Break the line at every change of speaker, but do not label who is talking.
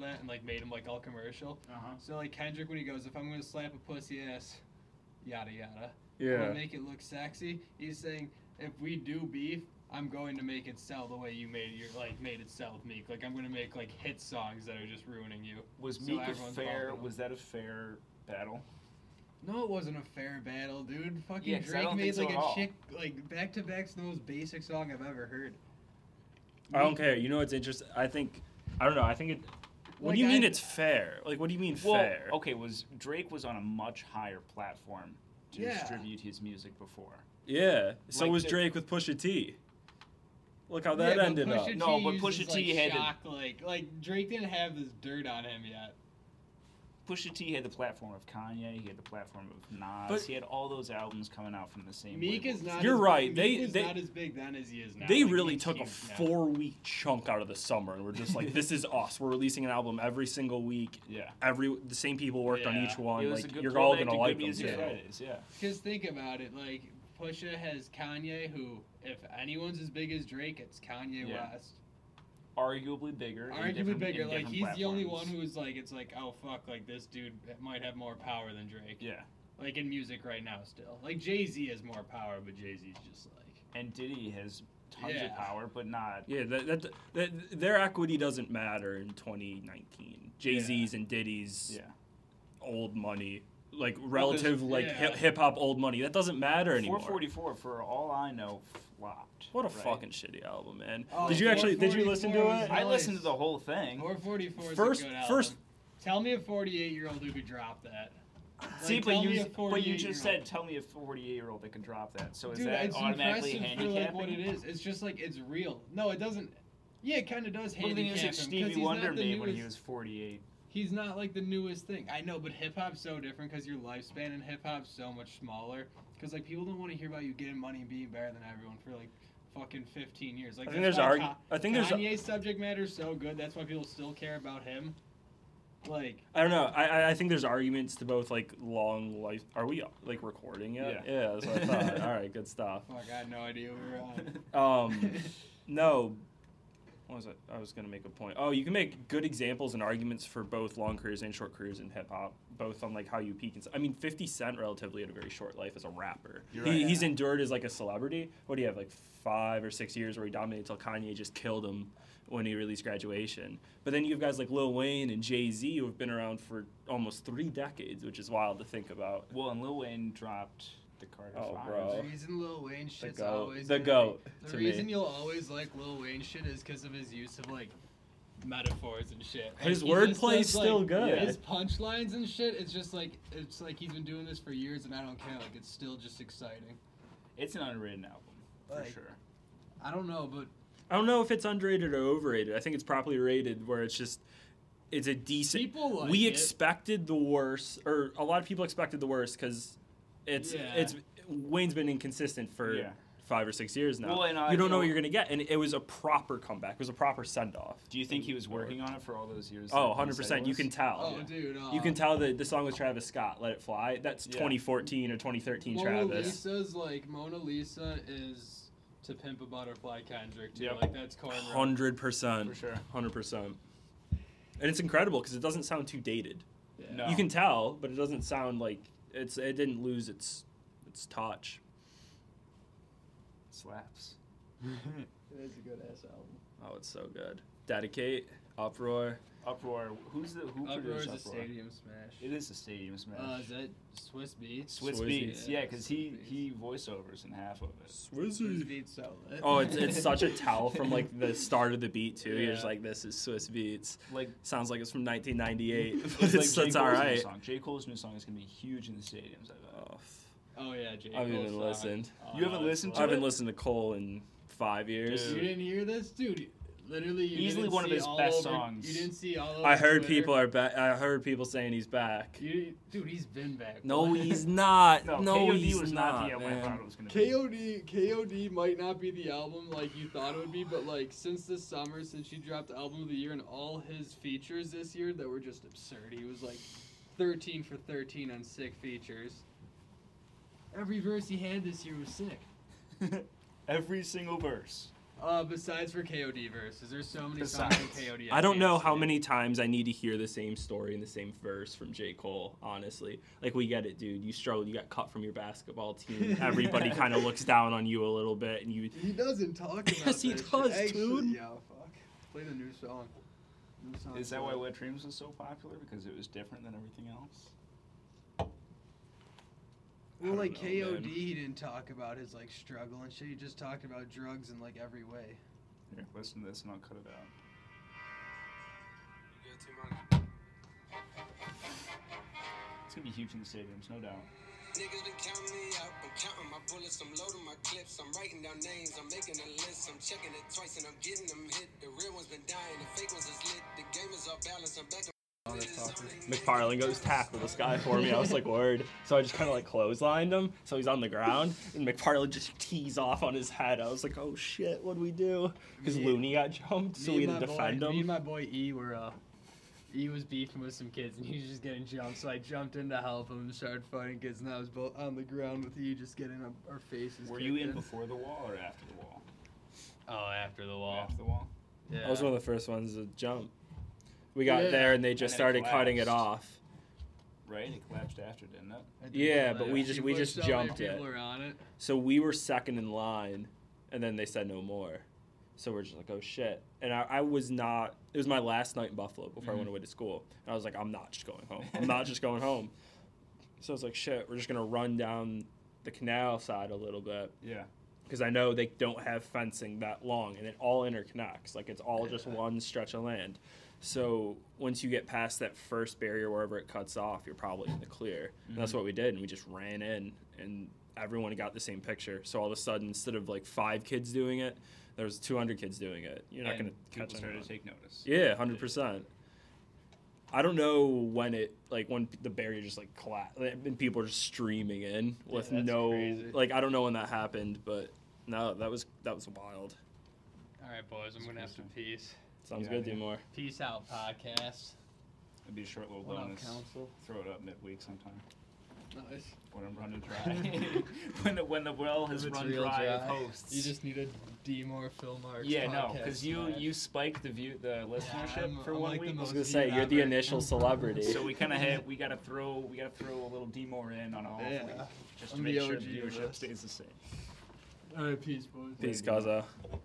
that and like made him like all commercial.
Uh-huh.
So like Kendrick when he goes, if I'm gonna slap a pussy ass, yada yada, I'm gonna
Yeah.
make it look sexy. He's saying if we do beef, I'm going to make it sell the way you made your like made it sell with Meek. Like I'm gonna make like hit songs that are just ruining you.
Was
So
Meek a
everyone's
fair?
bumping him.
Was that a fair battle?
No, it wasn't a fair battle, dude. Fucking
Yeah, 'cause I
Drake
don't think
made
so
like
at
a
all.
chick like back to back's the most basic song I've ever heard.
I don't care. You know what's interesting? I think I don't know. I think it. What
Like,
do you mean
I-
it's fair? Like, what do you mean
Well, oh,
fair?
okay, was Drake was on a much higher platform to
Yeah.
distribute his music before.
Yeah. So
Like
was
the-
Drake with Pusha T. Look how that
yeah,
ended
but
up.
Pusha T
No, but
uses,
Pusha T
like,
had to-
shock, like like Drake didn't have this dirt on him yet.
Pusha T had the platform of Kanye. He had the platform of Nas.
But-
he had all those albums coming out from the same.
Meek
label.
is not.
You're
as,
right,
Meek
they-
is
they-
not as big then as he is now.
They
Like,
really
Meek's
took a
huge now.
four week chunk out of the summer and we're just like, this is us. We're releasing an album every single week.
Yeah.
Every the same people worked on
Yeah.
each one.
It was
Like
a good
you're all
throwback
gonna
to
like
good
them.
music
too.
Fridays, yeah.
Because think about it, like Pusha has Kanye, who if anyone's as big as Drake, it's Kanye
Yeah.
West.
Arguably bigger. in
Arguably
different- in
bigger. Like
different
he's the only one
platforms.
who is like, it's like, oh fuck, like this dude might have more power than Drake.
Yeah.
Like in music right now, still. Like Jay Z has more power, but Jay Z's just like.
And Diddy has tons of
Yeah.
power, but not.
Yeah, that, that, that their equity doesn't matter in 2019. Jay Z's and Diddy's
Yeah.
old money, like relative, like
yeah.
hip hop old money, that doesn't matter anymore.
444, for all I know, flopped.
What a
right?
fucking shitty album, man.
Oh,
did you actually did you listen to
444
it?
I
Nice.
listened to the whole thing.
444 is
First-
a good album.
first-
Tell me a 48 year old who could drop that. Like,
See, but
tell me
you,
a
but you just
48-year-old.
said, tell me a 48 year old that can drop that. So is
Dude,
that
it's
automatically
impressive for like
handicapping?
what it is. It's just like it's real. No, it doesn't. Yeah, it kind of does
What do you
handicap
think music
him, 'cause
Stevie
he's
Wonder
not the
made when he
newest-
was 48?
He's not like the newest thing. I know, but hip hop's so different because your lifespan in hip hop's so much smaller. Because like people don't want to hear about you getting money and being better than everyone for like fucking 15 years. Like
I think
that's
there's
why
argu-
Ka-
I think there's
Kanye's subject matter's so good. That's why people still care about him. Like
I don't know. I- I I think there's arguments to both like long life. Are we like recording yet?
Yeah.
Yeah, that's what I thought. All right, good stuff.
fuck, I had oh no idea we were on.
Um, no. What was it? I was gonna make a point. Oh, you can make good examples and arguments for both long careers and short careers in hip hop, both on like how you peak. And, s- I mean, Fifty Cent relatively had a very short life as a rapper.
You're
he,
right.
He's endured as like a celebrity. What do you have like five or six years where he dominated till Kanye just killed him when he released Graduation. But then you have guys like Lil Wayne and Jay Z who have been around for almost three decades, which is wild to think about.
Well, and Lil Wayne dropped the Carter
Oh,
Five.
bro.
The reason Lil Wayne shit's
goat.
always
The
gonna be-
goat, to
The
me.
reason you'll always like Lil Wayne shit is because of his use of like metaphors and shit. Like,
His
he just
wordplay
does,
is
like,
still good.
His punchlines and shit. It's just like it's like he's been doing this for years, and I don't care. Like it's still just exciting.
It's an underrated album, for
Like-
sure.
I don't know, but
I don't know if it's underrated or overrated. I think it's properly rated where it's just it's a decent.
People like
we
it.
expected the worst, or a lot of people expected the worst because it's
Yeah.
it's Wayne's been inconsistent for
Yeah.
five or six years now.
Well, and uh, I
you don't know
feel-
what you're gonna get, and it was a proper comeback. It was a proper send off.
Do you think he was working on it for all those years?
Oh,
that he
100
said
percent.
he
You
was?
can tell.
oh, dude, uh,
You can tell that the song was Travis Scott, "Let It Fly." That's
Yeah.
2014 or 2013
Mona
Travis.
Lisa's like Mona Lisa is to pimp a butterfly Kendrick too.
Yep.
Like that's cornrow.
Hundred percent.
For sure.
Hundred percent. And it's incredible because it doesn't sound too dated.
Yeah.
No.
You can tell, but it doesn't sound like it's. It didn't lose its its touch.
slaps.
It is a good ass album.
Oh, it's so good. Dedicate, uproar.
Uproar. Who's the who
Uproar is
produced
a
Uproar?
stadium smash.
It is a stadium smash.
Uh, is that Swiss Beats?
Swiss
Swizzy.
Beats, yeah,
Yeah,
because
Swiss
he
Beats.
he voiceovers in half of it.
Swiss Beats so lit.
Oh, it's, it's such a tell from like the start of the beat too. You're just
Yeah.
like, this is Swiss beats.
Like
Sounds like it's from 1998.
it's
but
like
it's,
J.
it's
Cole's
all
new
right.
song. J Cole's new song is gonna be huge in the stadiums. I bet.
Oh,
Oh yeah, J.
I haven't
Cole's
even
song.
listened.
Oh,
You haven't
it's
listened
I
lit.
haven't listened to Cole in five years.
You
Dude.
didn't hear this, dude. Literally, you
Easily
didn't
one of
see
his
all
best
over-
songs.
You didn't see all. Over
I heard
Twitter.
people are back. I heard people saying he's back.
You, dude, he's been back.
No,
What?
he's not. No,
KOD
he's
was
not.
not the album I
man.
thought it was gonna be.
KOD KOD might not be the album like you thought it would be, but like since this summer, since he dropped the album of the year and all his features this year that were just absurd. He was like thirteen for thirteen on sick features. Every verse he had this year was sick.
Every single verse.
Uh, besides for KOD verses, there's so many songs
Besides.
from KOD.
I don't
can't
know
say
how
it.
many times I need to hear the same story and the same verse from J. Cole, honestly. Like, we get it, dude. You struggled. You got cut from your basketball team. Everybody kind of looks down on you a little bit. And you,
He doesn't talk about
Yes, he
that shit.
does,
Actually,
dude.
Yeah, fuck. Play the new song. New song
Is that
for
why
it.
Wet Dreams was so popular? Because it was different than everything else?
I
Well,
don't
like
know,
KOD,
man.
he didn't talk about his like struggle and shit. He just talked about drugs in like every way.
Here, listen to this and I'll cut it out. It's gonna be huge in the stadiums, no doubt.
Niggas been counting me out. I'm counting my bullets, I'm loading my clips, I'm writing down names, I'm making a list, I'm checking it twice and I'm getting them hit. The real one's been dying, the fake ones is lit, the game is off balance, I'm back.
McFarlane goes tackle this guy for me. I was like, word. So I just kind of like clotheslined him. So he's on the ground, and McFarlane just tees off on his head. I was like, oh shit, what do we do? Because
Me-
Looney got jumped, so
Me
we
and
had to
my
defend
boy, Me and
him.
my boy E were uh, E was beefing with some kids and he was just getting jumped. So I jumped in to help him and started fighting kids. And I was both on the ground with E, just getting our- our faces.
Were you
kicked
in before the wall or after the wall?
Oh, after the wall.
After the wall?
Yeah.
I was one of the first ones to jump. We got
Yeah.
there, and they just
And it
started cutting it
collapsed.
off.
Right? It collapsed after, didn't it?
I didn't
yeah,
know
but
that.
we just-
Dude,
we
look,
just
so many
jumped it.
People were on it.
So we were second in line, and then they said no more. So we're just like, oh shit. And I, I was not, it was my last night in Buffalo before I went away to school. And I was like, I'm not just going home. I'm not just going home. So I was like, shit, we're just going to run down the canal side a little bit
Yeah.
because I know they don't have fencing that long and it all interconnects. Like it's all just
Yeah.
one stretch of land. So once you get past that first barrier, wherever it cuts off, you're probably in the clear.
Mm-hmm.
And that's what we did. And we just ran in and everyone got the same picture. So all of a sudden, instead of like five kids doing it, there was 200 kids doing it. You're not
And
going to
people
catch
started
anyone.
to take notice.
Yeah, hundred percent. I don't know when it like when the barrier just like collapsed and people are just streaming in with
that's
no
crazy.
like I don't know when that happened, but no, that was that was wild.
All right, boys, I'm gonna have to peace.
Sounds
Yeah,
good,
yeah.
Dumore.
Peace out, podcast.
It'd be a short little
What up,
bonus.
council?
Throw it up midweek sometime
Nice.
when I'm running dry. when the when the well has
If it's
run
real
dry, of
dry,
hosts.
You just need a D more Phil Marks.
yeah, no,
podcast
because you
vibe.
you spiked the view the listenership
I'm-
for
I'm
one
like the
week.
I
most-
was gonna say you're the initial celebrity.
So we kind of had we gotta throw we gotta throw a little D more in on all
Yeah.
of week just to
I'm
make
the
sure
OG
the
of
viewership
this.
stays the same.
All right, peace, boys.
Peace, Gaza.